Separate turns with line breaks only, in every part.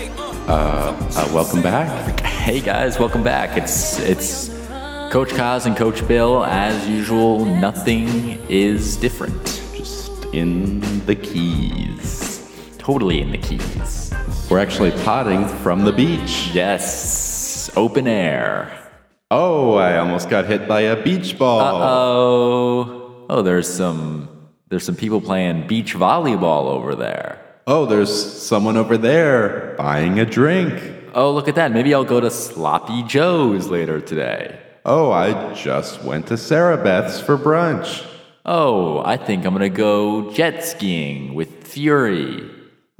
Uh, uh, welcome back.
Hey guys, welcome back. It's it's Coach Kaz and Coach Bill as usual. Nothing is different.
Just in the keys.
Totally in the keys.
We're actually potting from the beach.
Yes, open air.
Oh, I almost got hit by a beach ball.
Oh, oh, there's some there's some people playing beach volleyball over there.
Oh, there's someone over there buying a drink.
Oh, look at that. Maybe I'll go to Sloppy Joe's later today.
Oh, I just went to Sarah Beth's for brunch.
Oh, I think I'm gonna go jet skiing with Fury.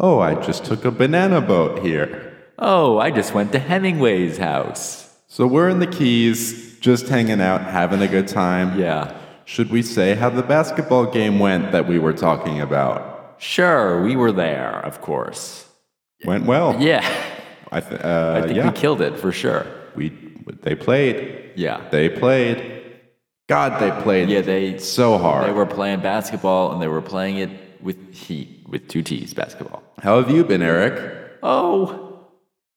Oh, I just took a banana boat here.
Oh, I just went to Hemingway's house.
So we're in the Keys, just hanging out, having a good time.
Yeah.
Should we say how the basketball game went that we were talking about?
Sure, we were there, of course.
Went well.
Yeah.
I, th-
I
uh,
think
yeah.
we killed it for sure.
we they played.
Yeah.
They played. God, they played.
Yeah, they
so hard.
They were playing basketball and they were playing it with heat, with two T's basketball.
How have you been, Eric?
Oh,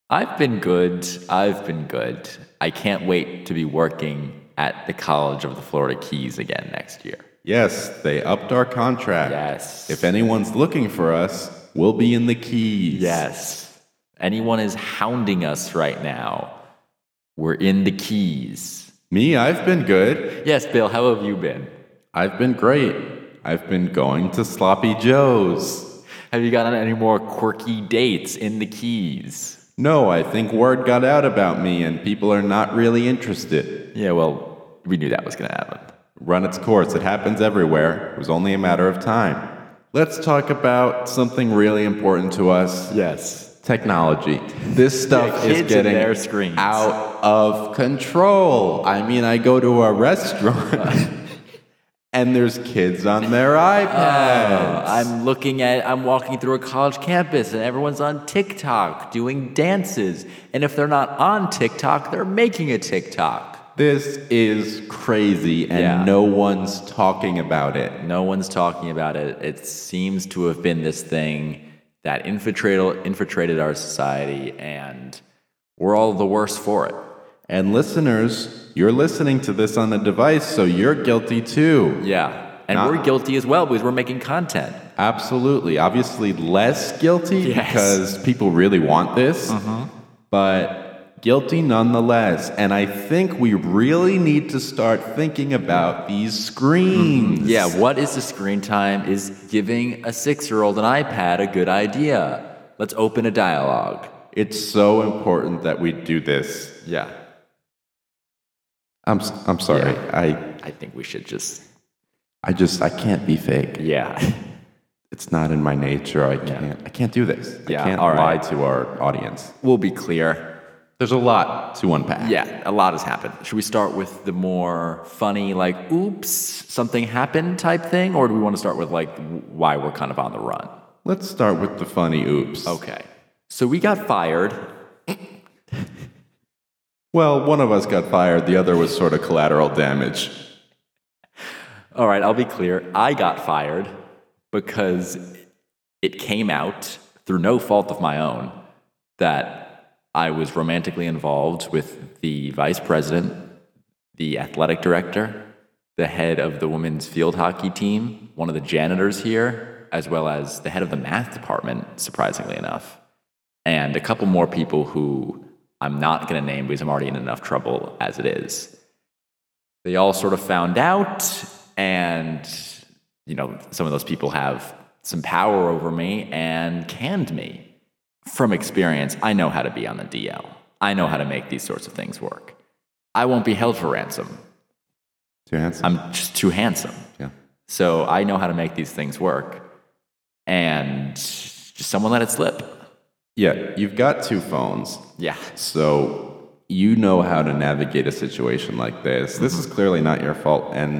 I've been good. I've been good. I can't wait to be working at the College of the Florida Keys again next year.
Yes, they upped our contract.
Yes.
If anyone's looking for us, we'll be in the Keys.
Yes. Anyone is hounding us right now. We're in the Keys.
Me, I've been good.
Yes, Bill, how have you been?
I've been great. I've been going to Sloppy Joe's.
Have you gotten any more quirky dates in the Keys?
No, I think word got out about me and people are not really interested.
Yeah, well, we knew that was going to happen.
Run its course, it happens everywhere. It was only a matter of time. Let's talk about something really important to us
Yes.
technology. This stuff
kids
is
and
getting
their screens.
out of control. I mean, I go to a restaurant and there's kids on their
Oh.
iPads.
I'm looking at, I'm walking through a college campus and everyone's on TikTok doing dances. And if they're not on TikTok, they're making a TikTok.
this is crazy and
Yeah.
no one's talking about it.
No one's talking about it. It seems to have been this thing that infiltrated, infiltrated our society, and we're all the worse for it.
And listeners, you're listening to this on a device, so you're guilty too.
Yeah. And
Not-
we're guilty as well because we're making content.
Absolutely. Obviously, less guilty
Yes. Uh-huh.
because people really want this, but guilty nonetheless. And I think we really need to start thinking about these screens.
Mm-hmm. Yeah, what is the screen time? Is giving a six year old an iPad a good idea? Let's open a dialogue.
It's so important that we do this.
Yeah.
I'm, s- I'm sorry. I,
I think we should just.
I just, I can't be fake.
Yeah.
It's not in my nature. I can't, I can't do this.
Yeah,
I can't
all
lie
right.
to our audience.
we'll be clear.
There's a lot to unpack.
Yeah, a lot has happened. Should we start with the more funny, like, oops, something happened type thing? Or do we want to start with, like, why we're kind of on the run?
Let's start with the funny oops.
Okay. So we got fired.
Well, one of us got fired, the other was sort of collateral damage.
All right, I'll be clear. I got fired because it came out through no fault of my own that I was romantically involved with the vice president, the athletic director, the head of the women's field hockey team, one of the janitors here, as well as the head of the math department, surprisingly enough, and a couple more people who I'm not going to name because I'm already in enough trouble as it is they all sort of found out and you know some of those people have some power over me and canned me from experience i know how to be on the dl i know how to make these sorts of things work i won't be held for ransom
Too handsome.
i'm just too handsome
yeah.
so i know how to make these things work and just someone let it slip
Yeah, you've got two phones,
yeah
so you know how to navigate a situation like this. This
Mm-hmm.
is clearly not your fault, and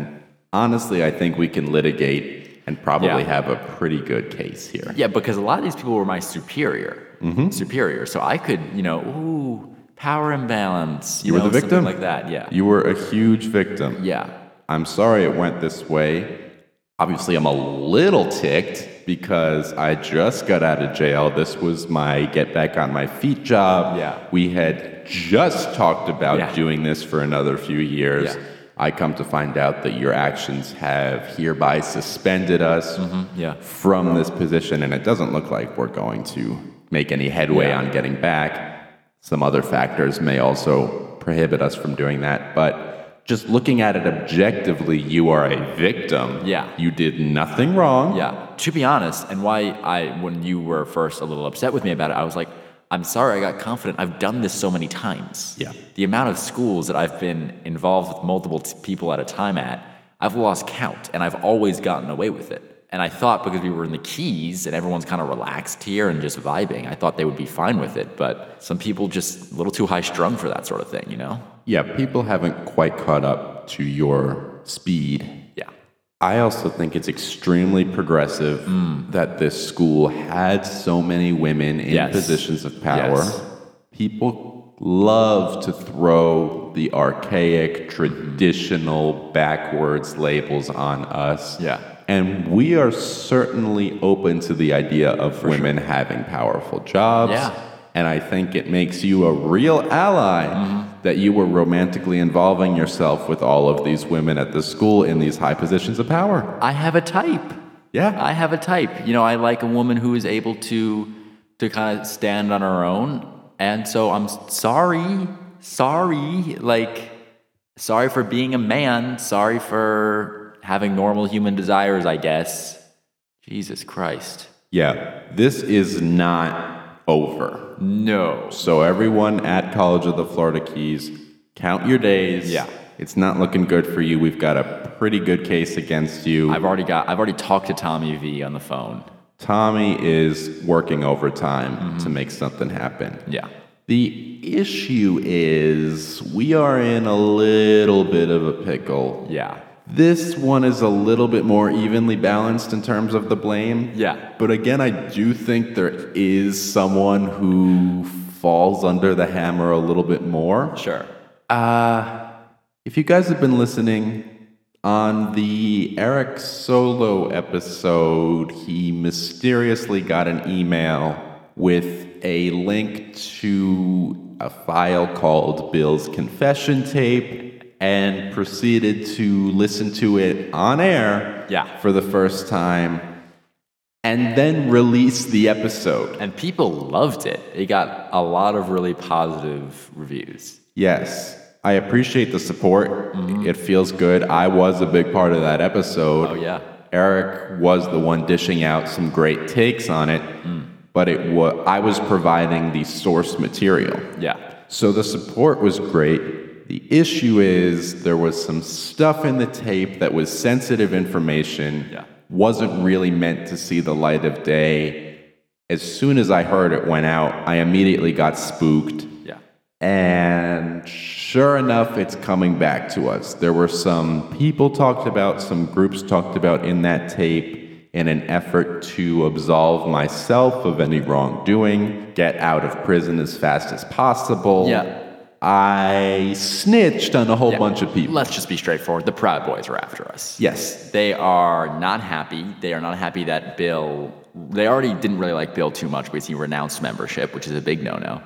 honestly, I think we can litigate and probably
Yeah.
have a pretty good case here.
Yeah, because a lot of these people were my superior,
Mm-hmm.
superior. So I could, you know, ooh, power imbalance. You,
were
know,
the
something
victim?
like that. Yeah,
You were a huge victim.
yeah,
I'm sorry it went this way. Obviously, I'm a little ticked because I just got out of jail. This was my get back on my feet job.
Yeah.
We had just talked about
Yeah.
doing this for another few years.
Yeah.
I come to find out that your actions have hereby suspended us
Yeah.
from this position, and it doesn't look like we're going to make any headway
Yeah.
on getting back. Some other factors may also prohibit us from doing that, but just looking at it objectively, you are a victim.
Yeah.
You did nothing wrong.
Yeah. To be honest, and why I, when you were first a little upset with me about it, I was like, I'm sorry, I got confident. I've done this so many times.
Yeah.
The amount of schools that I've been involved with multiple t- people at a time at, I've lost count and I've always gotten away with it. And I thought because we were in the Keys and everyone's kind of relaxed here and just vibing, I thought they would be fine with it. But some people just a little too high strung for that sort of thing, you know?
Yeah, people haven't quite caught up to your speed.
Yeah.
I also think it's extremely progressive that this school had so many women in
Mm. Yes.
positions of power.
Yes.
People love to throw the
Mm-hmm.
archaic, traditional, backwards labels on us.
Yeah.
And we are certainly open to the idea of women having powerful jobs.
Yeah.
And I think it makes you a real ally
Mm-hmm.
that you were romantically involving yourself with all of these women at the school in these high positions of power.
I have a type.
Yeah.
I have a type. You know, I like a woman who is able to to kind of stand on her own. And so I'm sorry, sorry, like sorry for being a man, sorry for having normal human desires, I guess. Jesus Christ.
yeah. This is not over.
No.
So, everyone at College of the Florida Keys, count your days.
Yeah.
It's not looking good for you. We've got a pretty good case against you.
I've already got I've already talked to Tommy V on the phone.
Tommy is working overtime to make something happen.
Yeah.
The issue is we are in a little bit of a pickle.
Yeah.
This one is a little bit more evenly balanced in terms of the blame.
Yeah.
But again, I do think there is someone who falls under the hammer a little bit more.
Sure.
If you guys have been listening on the Eric Solo episode, he mysteriously got an email with a link to a file called Bill's confession tape and proceeded to listen to it on air
Yeah.
for the first time and then release the episode.
And people loved it. It got a lot of really positive reviews.
Yes. I appreciate the support. It feels good. I was a big part of that episode.
Mm-hmm. Oh yeah.
Eric was the one dishing out some great takes on it, but it wa- I was providing the source material.
Yeah.
So the support was great. The issue is there was some stuff in the tape that was sensitive information,
Yeah.
wasn't really meant to see the light of day. As soon as I heard it went out, I immediately got spooked.
Yeah.
And sure enough, it's coming back to us. There were some people talked about, some groups talked about in that tape in an effort to absolve myself of any wrongdoing, get out of prison as fast as possible.
Yeah.
I snitched on a whole bunch of people.
Let's just be straightforward. The Proud Boys are after us.
yes.
They are not happy. They are not happy that Bill. They already didn't really like Bill too much because he renounced membership, which is a big no-no.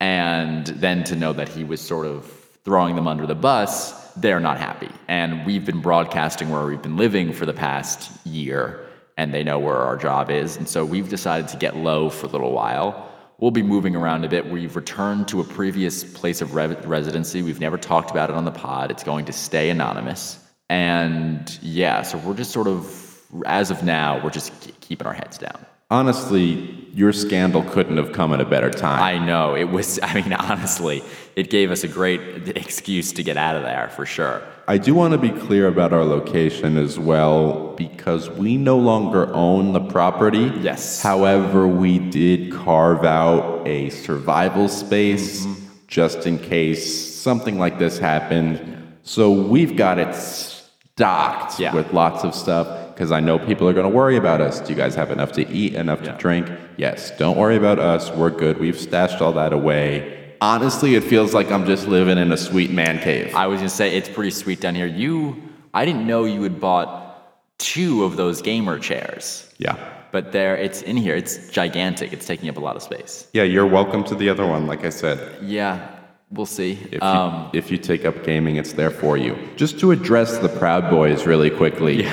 And then to know that he was sort of throwing them under the bus, they're not happy. And we've been broadcasting where we've been living for the past year, and they know where our job is. And so we've decided to get low for a little while. We'll be moving around a bit. We've returned to a previous place of re- residency. We've never talked about it on the pod. It's going to stay anonymous. And yeah, so we're just sort of, as of now, we're just k- keeping our heads down.
Honestly, your scandal couldn't have come at a better time.
I know. It was, I mean, honestly, it gave us a great excuse to get out of there for sure.
I do want to be clear about our location as well because we no longer own the property.
Yes.
However, we did carve out a survival space
Mm-hmm.
just in case something like this happened. So we've got it stocked
Yeah.
with lots of stuff because I know people are going to worry about us. Do you guys have enough to eat, enough
Yeah.
to drink? Yes. Don't worry about us. We're good. We've stashed all that away. Honestly, it feels like I'm just living in a sweet man cave.
I was going to say, it's pretty sweet down here. You, I didn't know you had bought two of those gamer chairs.
Yeah.
But there, it's in here. It's gigantic. It's taking up a lot of space.
Yeah, you're welcome to the other one, like I said.
Yeah, we'll see.
If you,
Um,
if you take up gaming, it's there for you. Just to address the Proud Boys really quickly.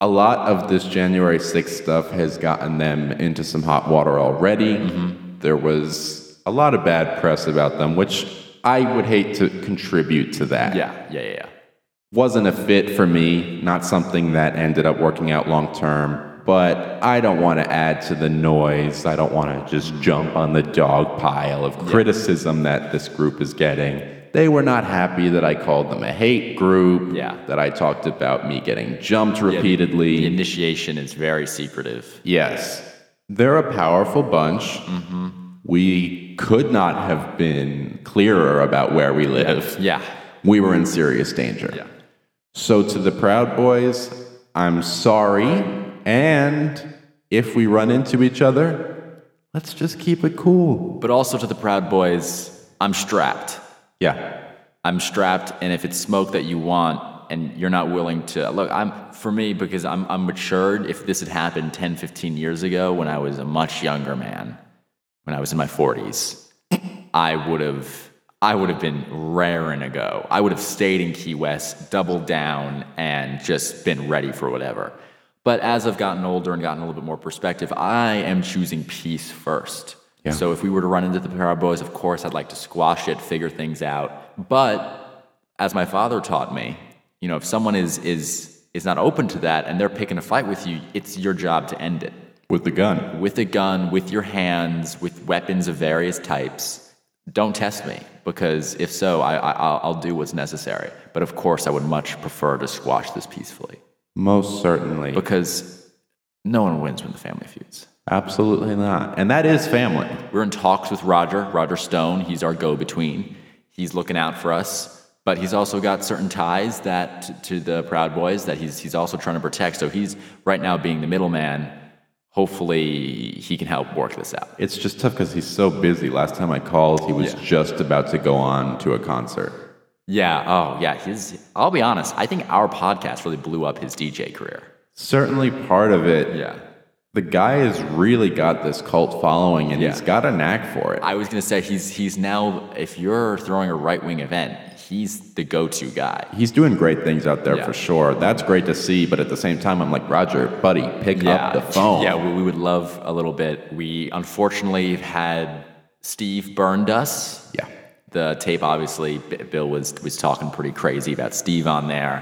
A lot of this January 6th stuff has gotten them into some hot water already.
Mm-hmm.
There was a lot of bad press about them, which I would hate to contribute to that.
yeah, yeah, yeah, yeah.
wasn't a fit for me, not something that ended up working out long term. But I don't want to add to the noise. I don't want to just jump on the dog pile of criticism that this group is getting. They were not happy that I called them a hate group,
Yeah.
that I talked about me getting jumped
the-
repeatedly.
The initiation is very secretive.
Yes. They're a powerful bunch.
Mm-hmm.
We could not have been clearer about where we live.
Yeah,
We were in serious danger.
yeah.
So, to the Proud Boys, I'm sorry. And if we run into each other, let's just keep it cool.
But also to the Proud Boys, I'm strapped.
Yeah.
I'm strapped, and if it's smoke that you want and you're not willing to look, I'm for me because I'm, I'm matured. If this had happened 10, 15 years ago when I was a much younger man, when I was in my 40s, I would have I would have been raring to go. I would have stayed in Key West, doubled down, and just been ready for whatever. But as I've gotten older and gotten a little bit more perspective, I am choosing peace first.
Yeah.
So if we were to run into the Proud Boys, of course I'd like to squash it, figure things out. But as my father taught me, you know, if someone is is is not open to that and they're picking a fight with you, it's your job to end it
With the gun.
with a gun, with your hands, with weapons of various types. Don't test me because if so, I, I, I'll- I'll do what's necessary. But of course, I would much prefer to squash this peacefully
Most certainly.
because no one wins when the family feuds.
Absolutely not. And that is family.
We're in talks with Roger, Roger Stone. He's our go between. He's looking out for us, but he's also got certain ties that to, to the Proud Boys that he's he's also trying to protect. So he's right now being the middleman. Hopefully, he can help work this out.
It's just tough because he's so busy. Last time I called, he was
Yeah.
just about to go on to a concert.
Yeah. Oh, yeah. His. I'll be honest. I think our podcast really blew up his DJ career.
Certainly part of it.
Yeah.
The guy has really got this cult following and
Yeah.
he's got a knack for it.
I was gonna say he's he's now if you're throwing a right wing event, he's the go to guy.
He's doing great things out there
Yeah.
for sure. That's great to see. But at the same time, I'm like, Roger, buddy, pick up the phone.
Yeah. We, we would love a little bit. We unfortunately have had Steve burned us.
Yeah.
The tape, obviously, B- Bill was was talking pretty crazy about Steve on there,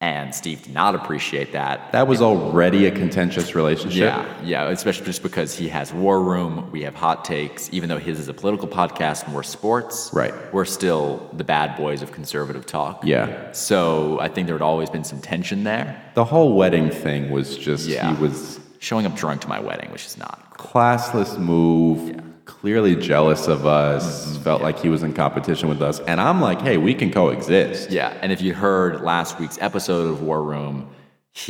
and Steve did not appreciate that.
That was already a contentious relationship.
Yeah, yeah, especially just because he has War Room, we have Hot Takes, even though his is a political podcast and we're sports.
Right.
We're still the bad boys of conservative talk.
Yeah.
So I think there had always been some tension there.
The whole wedding thing was just,
Yeah.
he was
Showing up drunk to my wedding, which is not.
classless move, clearly jealous of us,
Mm-hmm.
felt like he was in competition with us. And I'm like, hey, we can coexist.
Yeah, and if you heard last week's episode of War Room,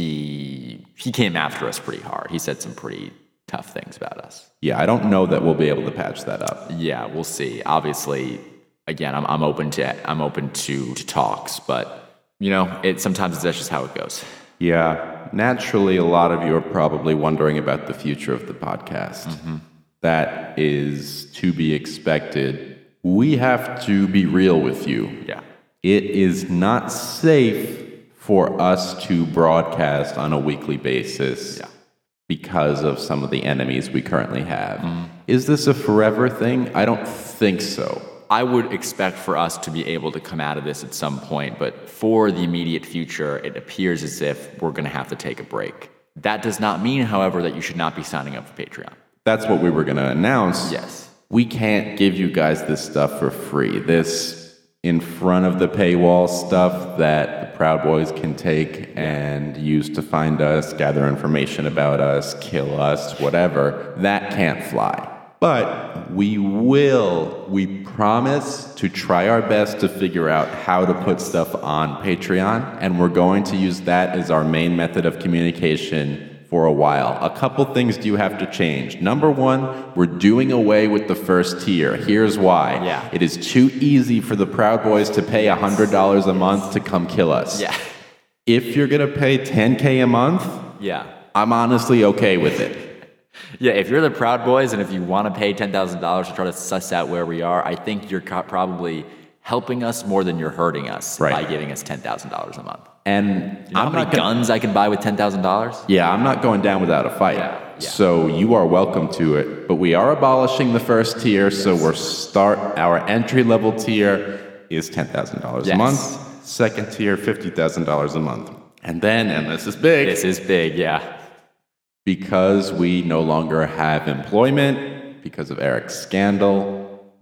he he came after us pretty hard. He said some pretty tough things about us.
Yeah, I don't know that we'll be able to patch that up.
Yeah, we'll see. Obviously, again, I'm, I'm open to I'm open to, to talks, but you know, it sometimes that's just how it goes.
Yeah. Naturally, a lot of you are probably wondering about the future of the podcast.
Mm-hmm.
That is to be expected. We have to be real with you.
Yeah,
It is not safe for us to broadcast on a weekly basis
Yeah.
because of some of the enemies we currently have.
Mm-hmm.
Is this a forever thing? I don't think so.
I would expect for us to be able to come out of this at some point, but for the immediate future, it appears as if we're going to have to take a break. That does not mean, however, that you should not be signing up for Patreon.
That's what we were going to announce.
Yes.
we can't give you guys this stuff for free. This in front of the paywall stuff that the Proud Boys can take and use to find us, gather information about us, kill us, whatever, that can't fly. But we will, we promise to try our best to figure out how to put stuff on Patreon, and we're going to use that as our main method of communication for a while. A couple things do have to change. Number one, we're doing away with the first tier. Here's why.
Yeah.
It is too easy for the Proud Boys to pay $100 a month to come kill us.
Yeah.
If you're going to pay 10K a month,
Yeah.
I'm honestly okay with it.
Yeah, if you're the Proud Boys and if you want to pay $10,000 to try to suss out where we are, I think you're co- probably helping us more than you're hurting us
Right.
by giving us $10,000 a month.
And
You know
I'm
how many
not gonna,
guns I can buy with $10,000?
Yeah, I'm not going down without a fight.
Yeah, yeah.
So you are welcome to it. But we are abolishing the first tier, so we're start our entry level tier is ten thousand dollars a
Yes.
month. Second tier, fifty thousand dollars a month. And then, and this is big,
This is big, yeah.
because we no longer have employment because of Eric's scandal.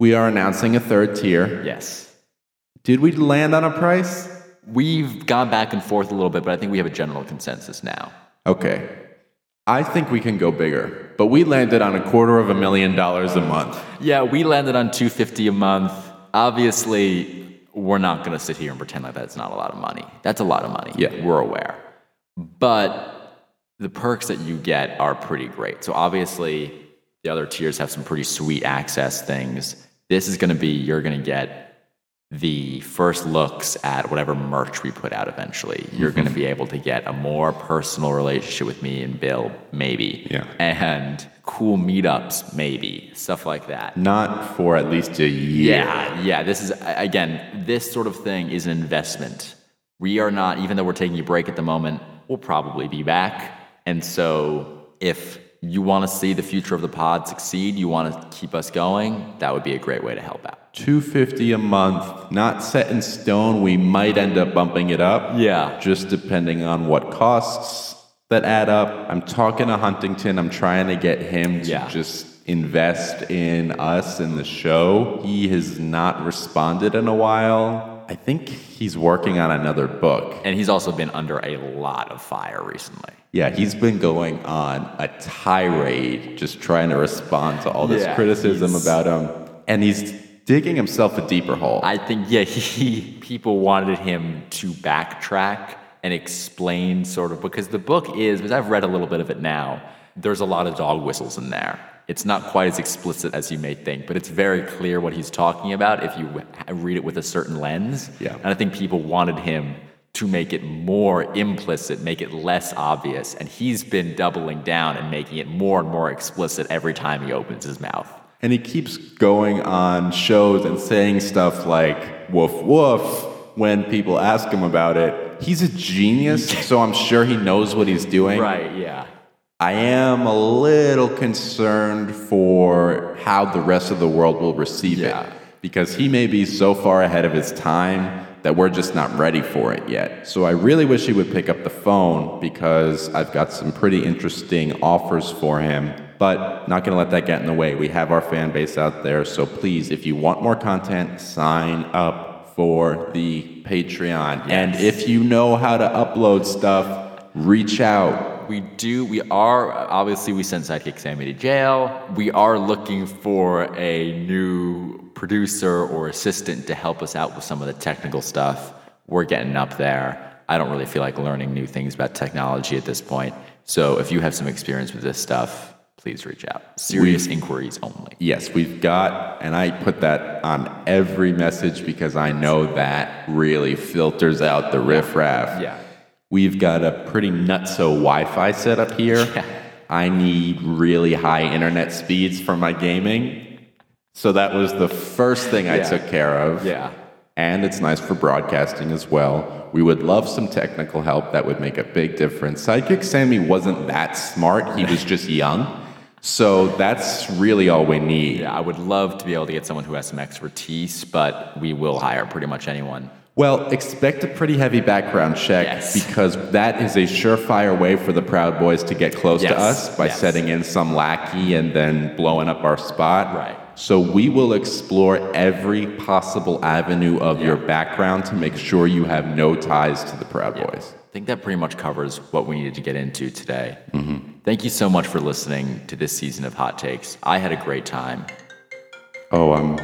We are announcing a third tier.
Yes.
Did we land on a price?
We've gone back and forth a little bit, but I think we have a general consensus now.
Okay. I think we can go bigger, but we landed on a quarter of a million dollars a month.
Yeah, we landed on 250 a month. Obviously, we're not going to sit here and pretend like that's not a lot of money. That's a lot of money.
Yeah.
We're aware. But the perks that you get are pretty great. So obviously, the other tiers have some pretty sweet access things. This is going to be you're going to get the first looks at whatever merch we put out eventually. You're
Mm-hmm.
going to be able to get a more personal relationship with me and Bill, maybe.
Yeah.
And cool meetups, maybe. Stuff like that.
Not for at least a year.
Yeah, yeah. This is a- again, this sort of thing is an investment. We are not, even though we're taking a break at the moment, we'll probably be back. And so, if you want to see the future of the pod succeed, you want to keep us going, that would be a great way to help out.
250 a month, not set in stone. We might end up bumping it up.
Yeah.
Just depending on what costs that add up. I'm talking to Huntington. I'm trying to get him to
Yeah.
just invest in us and the show. He has not responded in a while. I think he's working on another book.
And he's also been under a lot of fire recently.
Yeah, he's been going on a tirade, just trying to respond to all this
Yeah,
criticism
he's-
about him. And he's digging himself a deeper hole.
I think, yeah, he people wanted him to backtrack and explain sort of because the book is, because I've read a little bit of it now, there's a lot of dog whistles in there. It's not quite as explicit as you may think, but it's very clear what he's talking about if you read it with a certain lens.
Yeah.
And I think people wanted him to make it more implicit, make it less obvious, and he's been doubling down and making it more and more explicit every time he opens his mouth.
and he keeps going on shows and saying stuff like, woof, woof, when people ask him about it. He's a genius, so I'm sure he knows what he's doing.
Right, yeah.
I am a little concerned for how the rest of the world will receive
Yeah.
it because he may be so far ahead of his time that we're just not ready for it yet. So I really wish he would pick up the phone because I've got some pretty interesting offers for him, but not going to let that get in the way. We have our fan base out there, so please if you want more content, sign up for the Patreon. And if you know how to upload stuff, reach out
We do. We are obviously we sent Sidekick Sammy to jail. We are looking for a new producer or assistant to help us out with some of the technical stuff. We're getting up there. I don't really feel like learning new things about technology at this point. So if you have some experience with this stuff, please reach out. Serious inquiries only.
Yes, we've got, and I put that on every message because I know that really filters out the riffraff.
Yeah.
We've got a pretty nutso Wi Fi setup here.
Yeah.
I need really high internet speeds for my gaming. So that was the first thing I
Yeah.
took care of.
Yeah.
And it's nice for broadcasting as well. We would love some technical help. That would make a big difference. Sidekick Sammy wasn't that smart, he was just young. So that's really all we need.
Yeah, I would love to be able to get someone who has some expertise, but we will hire pretty much anyone.
Well, expect a pretty heavy background check
Yes.
because that is a surefire way for the Proud Boys to get close to
Yes,
us by
yes.
setting in some lackey and then blowing up our spot.
Right.
So we will explore every possible avenue of your background to make sure you have no ties to the Proud Boys.
I think that pretty much covers what we needed to get into today. Thank you so much for listening to this season of Hot Takes. I had a great time.
Oh, I'm,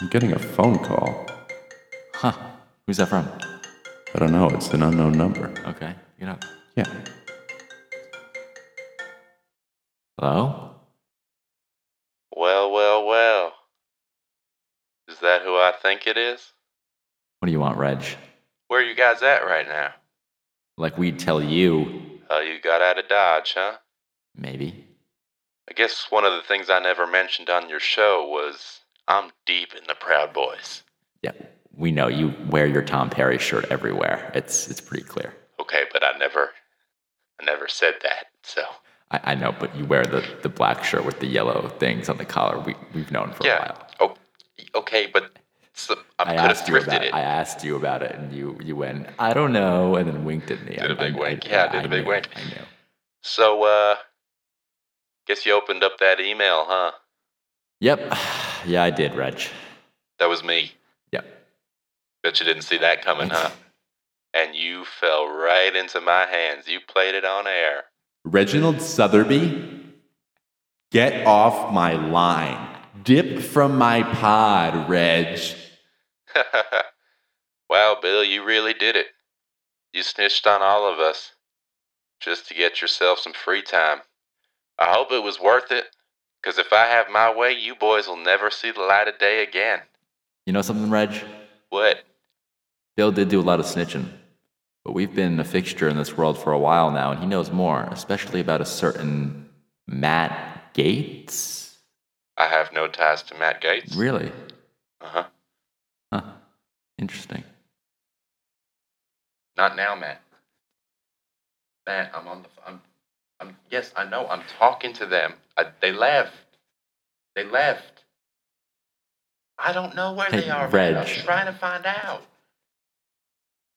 I'm getting a phone call.
Huh. Who's that from?
I don't know. It's an unknown number.
Okay. You know.
Yeah.
Hello?
Well, well, well. Is that who I think it is?
What do you want, Reg?
Where you guys at right now?
like we'd tell you,
Oh, you got out of Dodge, huh?
maybe.
I guess one of the things I never mentioned on your show was I'm deep in the Proud Boys.
Yeah, we know you wear your Tom Perry shirt everywhere. It's it's pretty clear.
Okay, but I never, I never said that. So
I, I know, but you wear the, the black shirt with the yellow things on the collar. We we've known for a
yeah.
while.
Oh, okay, but so, I,
I
could have
asked you
thrifted
about
it.
I asked you about it, and you you went. I don't know, and then winked at me.
Did a
I-
big
I-
wink. Yeah, I did a big
knew,
wink.
I knew.
So, uh, guess you opened up that email, huh?
Yep. Yeah, I did, Reg.
That was me.
Yep.
Bet you didn't see that coming, huh? And you fell right into my hands. You played it on air.
Reginald Sotheby, get off my line. Dip from my pod, Reg.
wow, Bill, you really did it. You snitched on all of us just to get yourself some free time. I hope it was worth it, because if I have my way, you boys will never see the light of day again.
You know something, Reg?
What?
Bill did do a lot of snitching, but we've been a fixture in this world for a while now, and he knows more, especially about a certain Matt Gates.
I have no ties to Matt Gates.
Really?
Uh huh.
Huh. Interesting.
Not now, Matt. Matt, I'm on the. I'm. I'm. Yes, I know. I'm talking to them. I, they left. They left. I don't know where
Hey,
they are. Matt.
Reg.
I'm trying to find out.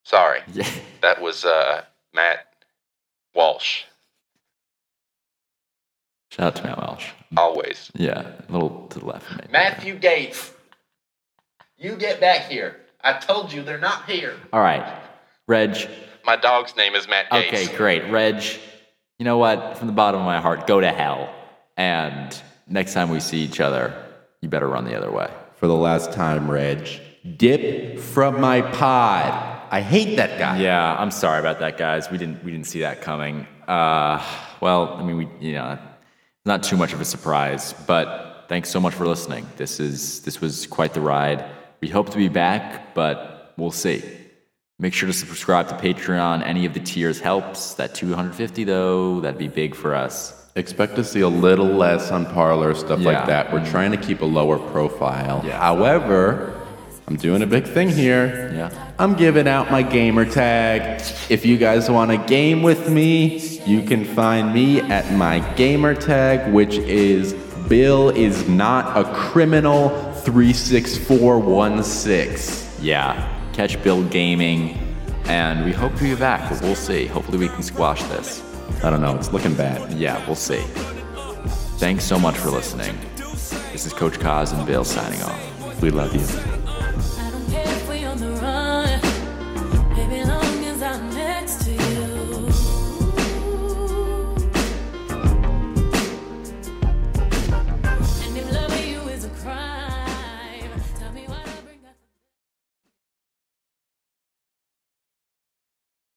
Sorry,
Yeah.
that was uh, Matt Walsh.
Shout out to Matt Welsh.
Always.
Yeah, a little to the left, maybe.
Matthew Gates. You get back here. I told you they're not here.
All right, Reg.
My dog's name is Matt Gates.
Okay, great. Reg, you know what? From the bottom of my heart, go to hell. And next time we see each other, you better run the other way.
For the last time, Reg. Dip from my pod. I hate that guy.
Yeah, I'm sorry about that, guys. We didn't we didn't see that coming. Uh, well, I mean, we you know, not too much of a surprise. But thanks so much for listening. This is this was quite the ride. We hope to be back, but we'll see. Make sure to subscribe to Patreon. Any of the tiers helps. That 250 though, that'd be big for us.
Expect to see a little less on parlor stuff like
Yeah. Mm.
that. We're trying to keep a lower profile. However, I'm doing a big thing here.
Yeah.
I'm giving out my gamer tag. If you guys want to game with me, you can find me at my gamer tag, which is Bill is not a criminal 36416.
Yeah, catch Bill gaming, and we hope to be back. But we'll see. Hopefully, we can squash this.
I don't know, it's looking bad.
Yeah, we'll see. Thanks so much for listening. This is Coach Cos and Bill signing off.
We love you.
I don't care if we on the run.